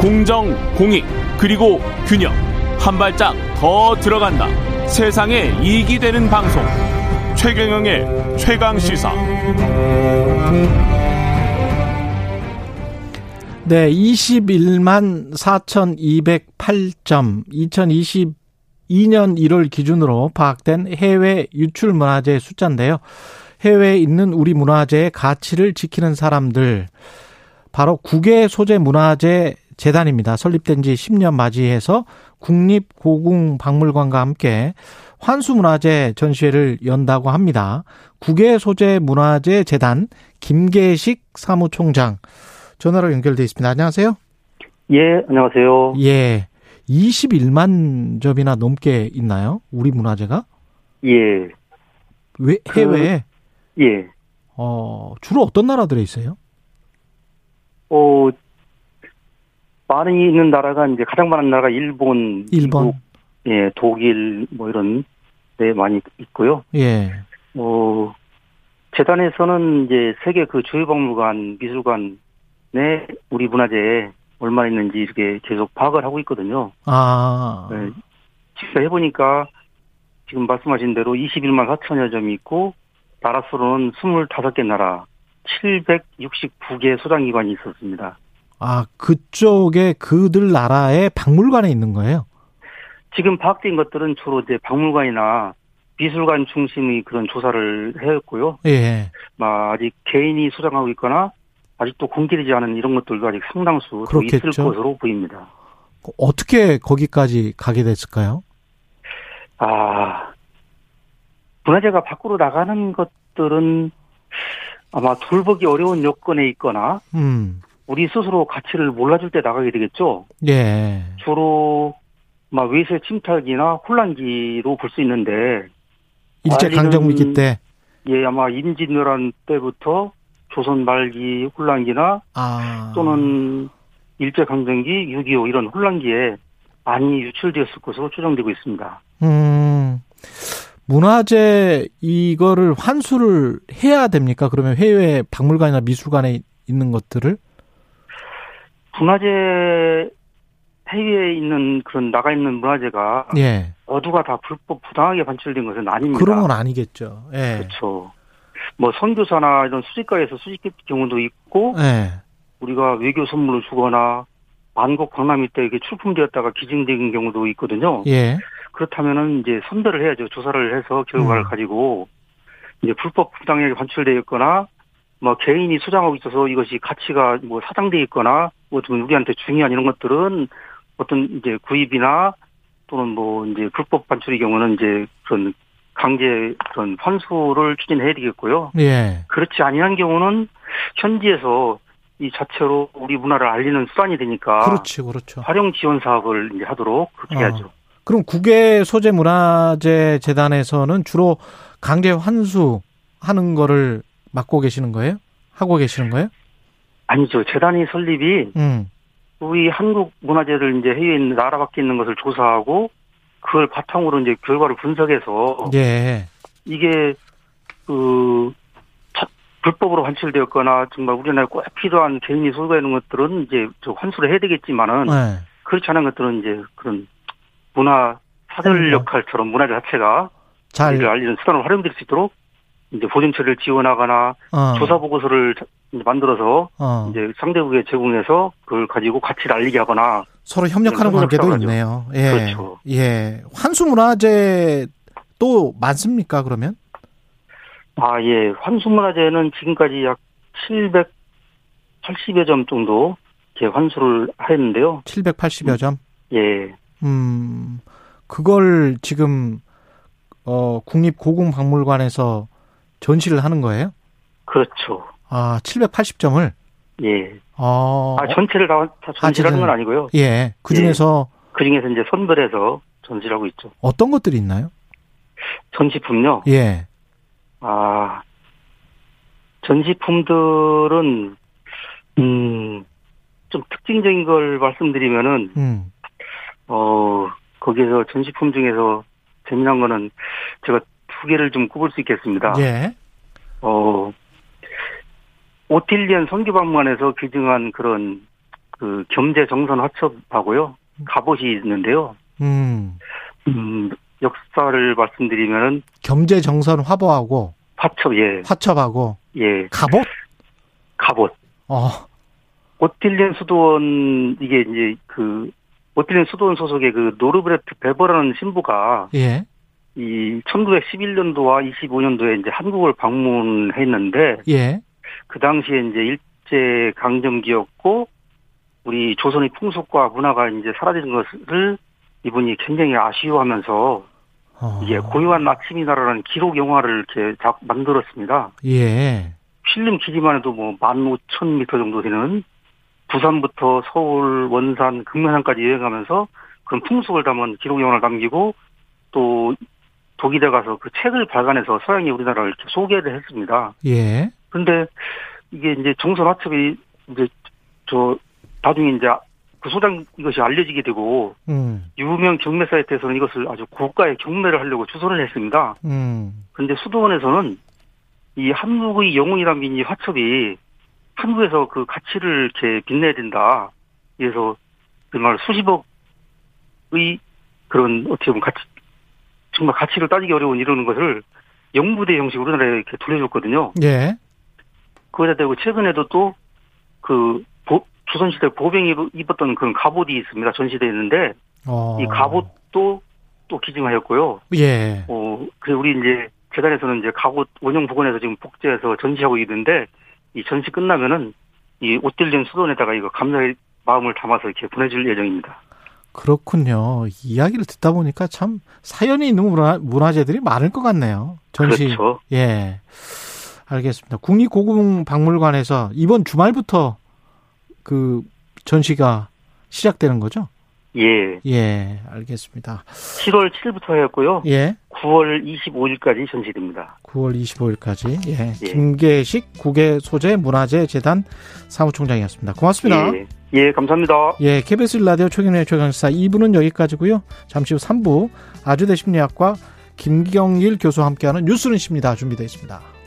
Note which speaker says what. Speaker 1: 공정, 공익, 그리고 균형. 한 발짝 더 들어간다. 세상에 이익이 되는 방송. 최경영의 최강 시사.
Speaker 2: 네, 21만 4,208점, 2022년 1월 기준으로 파악된 해외 유출 문화재 숫자인데요. 해외에 있는 우리 문화재의 가치를 지키는 사람들, 바로 국외 소재 문화재 재단입니다. 설립된 지 10년 맞이해서 국립고궁박물관과 함께 환수문화재 전시회를 연다고 합니다. 국외 소재 문화재 재단 김계식 사무총장 전화로 연결돼 있습니다. 안녕하세요.
Speaker 3: 예, 안녕하세요.
Speaker 2: 예. 21만 점이나 넘게 있나요? 우리 문화재가?
Speaker 3: 예,
Speaker 2: 왜
Speaker 3: 그-
Speaker 2: 해외에
Speaker 3: 예.
Speaker 2: 어, 주로 어떤 나라들에 있어요?
Speaker 3: 어, 많이 있는 나라가 이제 가장 많은 나라가 일본,
Speaker 2: 일본.
Speaker 3: 미국, 예, 독일 뭐 이런 데 많이 있고요.
Speaker 2: 예.
Speaker 3: 어, 재단에서는 이제 세계 그 주요박물관, 미술관에 우리 문화재에 얼마나 있는지 이렇게 계속 파악을 하고 있거든요.
Speaker 2: 아.
Speaker 3: 네. 직접 해보니까 지금 말씀하신 대로 21만 4천여 점이 있고 나라 수로는 25개 나라 769개 소장기관이 있었습니다.
Speaker 2: 아, 그쪽에 그들 나라의 박물관에 있는 거예요.
Speaker 3: 지금 파악된 것들은 주로 이제 박물관이나 미술관 중심의 그런 조사를 해왔고요.
Speaker 2: 예.
Speaker 3: 막 아직 개인이 소장하고 있거나 아직도 공개되지 않은 이런 것들도 아직 상당수 또 있을
Speaker 2: 그렇겠죠.
Speaker 3: 것으로 보입니다.
Speaker 2: 어떻게 거기까지 가게 됐을까요?
Speaker 3: 아, 문화재가 밖으로 나가는 것들은 아마 돌보기 어려운 여건에 있거나
Speaker 2: 음.
Speaker 3: 우리 스스로 가치를 몰라줄 때 나가게 되겠죠.
Speaker 2: 예.
Speaker 3: 주로 막 외세 침탈기나 혼란기로 볼 수 있는데
Speaker 2: 일제 강점기
Speaker 3: 알리는-
Speaker 2: 때
Speaker 3: 예 아마 임진왜란 때부터 조선 말기 혼란기나
Speaker 2: 아.
Speaker 3: 또는 일제 강점기 6.25 이런 혼란기에 많이 유출되었을 것으로 추정되고 있습니다.
Speaker 2: 음. 문화재 이거를 환수를 해야 됩니까? 그러면 해외 박물관이나 미술관에 있는 것들을?
Speaker 3: 문화재 해외에 있는 그런 나가 있는 문화재가
Speaker 2: 예.
Speaker 3: 어두가 다 불법 부당하게 반출된 것은 아닙니다.
Speaker 2: 그런 건 아니겠죠. 예.
Speaker 3: 그렇죠. 뭐 선교사나 이런 수집가에서 수집할 경우도 있고
Speaker 2: 예.
Speaker 3: 우리가 외교 선물로 주거나 만국 박람회 때 이게 출품되었다가 기증된 경우도 있거든요.
Speaker 2: 예.
Speaker 3: 그렇다면은 이제 선별을 해야죠. 조사를 해서 결과를
Speaker 2: 음.
Speaker 3: 가지고 이제 불법 부당하게 반출되었거나 뭐 개인이 소장하고 있어서 이것이 가치가 뭐 사장돼 있거나 뭐 어떻게 보면 우리한테 중요한 이런 것들은 어떤 이제 구입이나 또는 뭐 이제 불법 반출의 경우는 이제 그런 강제 그런 환수를 추진해야 되겠고요.
Speaker 2: 예.
Speaker 3: 그렇지 아니한 경우는 현지에서 이 자체로 우리 문화를 알리는 수단이 되니까
Speaker 2: 그렇지, 그렇죠.
Speaker 3: 활용 지원 사업을 이제 하도록 그렇게
Speaker 2: 어.
Speaker 3: 해야죠.
Speaker 2: 그럼 국외 소재 문화재 재단에서는 주로 강제 환수 하는 거를 맡고 계시는 거예요? 하고 계시는 거예요?
Speaker 3: 아니죠. 재단이 설립이
Speaker 2: 음.
Speaker 3: 우리 한국 문화재를 이제 해외에 있는 나라 밖에 있는 것을 조사하고 그걸 바탕으로 이제 결과를 분석해서
Speaker 2: 예.
Speaker 3: 이게 그 자- 불법으로 환출되었거나 정말 우리나라에 꼭 필요한 개인이 소유가 있는 것들은 이제 저 환수를 해야 되겠지만은
Speaker 2: 예.
Speaker 3: 그렇지 않은 것들은 이제 그런 문화 사절
Speaker 2: 그러니까.
Speaker 3: 역할처럼 문화재 자체가
Speaker 2: 잘
Speaker 3: 이를 알리는 수단을 활용될 수 있도록 이제 보존 처리를 지원하거나
Speaker 2: 어,
Speaker 3: 조사 보고서를 자- 이제 만들어서
Speaker 2: 어.
Speaker 3: 이제 상대국에 제공해서 그걸 가지고 가치를 알리게 하거나
Speaker 2: 서로 협력하는
Speaker 3: 협력하고
Speaker 2: 관계도
Speaker 3: 하죠.
Speaker 2: 있네요. 예.
Speaker 3: 그렇죠.
Speaker 2: 예. 환수 문화재 또 많습니까? 그러면?
Speaker 3: 아 예 환수문화재는 지금까지 약 780여 점 정도 이렇게 환수를 했는데요.
Speaker 2: 780여 점.
Speaker 3: 예
Speaker 2: 음. 그걸 지금 어 국립고궁박물관에서 전시를 하는 거예요?
Speaker 3: 그렇죠.
Speaker 2: 아, 780점을
Speaker 3: 예.
Speaker 2: 어.
Speaker 3: 아 전체를 다, 다 전시하는 건
Speaker 2: 전체는-
Speaker 3: 아니고요.
Speaker 2: 예. 그 중에서
Speaker 3: 그 중에서 이제 선별해서 전시하고 있죠.
Speaker 2: 어떤 것들이 있나요?
Speaker 3: 전시품요.
Speaker 2: 예.
Speaker 3: 아, 전시품들은, 음, 좀 특징적인 걸 말씀드리면은,
Speaker 2: 음.
Speaker 3: 어, 거기에서 전시품 중에서 재미난 거는 제가 두 개를 좀 꼽을 수 있겠습니다.
Speaker 2: 예.
Speaker 3: 어, 오틸리안 선교박물관에서 기증한 그런 그 겸재 정선 화첩하고요 갑옷이 있는데요.
Speaker 2: 음.
Speaker 3: 음, 역사를 말씀드리면은
Speaker 2: 겸재 정선 화보하고
Speaker 3: 화첩 예,
Speaker 2: 화첩하고
Speaker 3: 예,
Speaker 2: 갑옷?
Speaker 3: 갑옷.
Speaker 2: 어.
Speaker 3: 오틸린 수도원 이게 이제 그 오틸린 수도원 소속의 그 노르브레트 베버라는 신부가
Speaker 2: 예.
Speaker 3: 이 1911년도와 25년도에 이제 한국을 방문했는데
Speaker 2: 예.
Speaker 3: 그 당시에 이제 일제 강점기였고 우리 조선의 풍속과 문화가 이제 사라지는 것을 이분이 굉장히 아쉬워하면서
Speaker 2: 어.
Speaker 3: 예 고요한 아침이다라는 기록 영화를 이렇게 작, 만들었습니다.
Speaker 2: 예.
Speaker 3: 필름 길이만 해도 뭐 15,000m 정도 되는 부산부터 서울, 원산, 금강산까지 여행하면서 그런 풍속을 담은 기록 영화를 남기고 또 독일에 가서 그 책을 발간해서 서양이 우리나라를 이렇게 소개를 했습니다.
Speaker 2: 예.
Speaker 3: 근데 이게 이제 정선 화첩이 이제 저 나중에 이제 그 소장 이것이 알려지게 되고
Speaker 2: 음.
Speaker 3: 유명 경매 사이트에서는 이것을 아주 고가의 경매를 하려고 주선을 했습니다.
Speaker 2: 음.
Speaker 3: 근데 수도원에서는 이 한국의 영웅이란 이 화첩이 한국에서 그 가치를 이렇게 빛내야 된다. 그래서 정말 수십억의 그런 어떻게 보면 가치, 정말 가치를 따지기 어려운 이러는 것을 영부대 형식으로 우리나라에 이렇게 돌려줬거든요.
Speaker 2: 예.
Speaker 3: 그거에 대고 최근에도 또 그 조선시대 보병이 입었던 그런 갑옷이 있습니다. 전시되어 있는데
Speaker 2: 어.
Speaker 3: 이 갑옷도 또 기증하였고요.
Speaker 2: 예.
Speaker 3: 어, 그래서 우리 이제 재단에서는 이제 갑옷 원형 복원해서 지금 복제해서 전시하고 있는데 이 전시 끝나면은 이 옷들린 수도원에다가 이거 감사의 마음을 담아서 이렇게 보내줄 예정입니다.
Speaker 2: 그렇군요. 이야기를 듣다 보니까 참 사연이 있는 문화, 문화재들이 많을 것 같네요. 전시.
Speaker 3: 그렇죠.
Speaker 2: 예. 알겠습니다. 국립고궁박물관에서 이번 주말부터 그 전시가 시작되는 거죠?
Speaker 3: 예.
Speaker 2: 예, 알겠습니다.
Speaker 3: 7월 7일부터 하였고요.
Speaker 2: 예.
Speaker 3: 9월 25일까지 전시됩니다.
Speaker 2: 9월 25일까지. 예.
Speaker 3: 예.
Speaker 2: 김계식 국외소재 문화재재단 사무총장이었습니다. 고맙습니다.
Speaker 3: 예. 예, 감사합니다.
Speaker 2: 예, KBS 라디오 최경의 최강시사 2부는 여기까지고요. 잠시 후 3부 아주대 심리학과 김경일 교수와 함께하는 뉴스는 십니다. 준비되어 있습니다.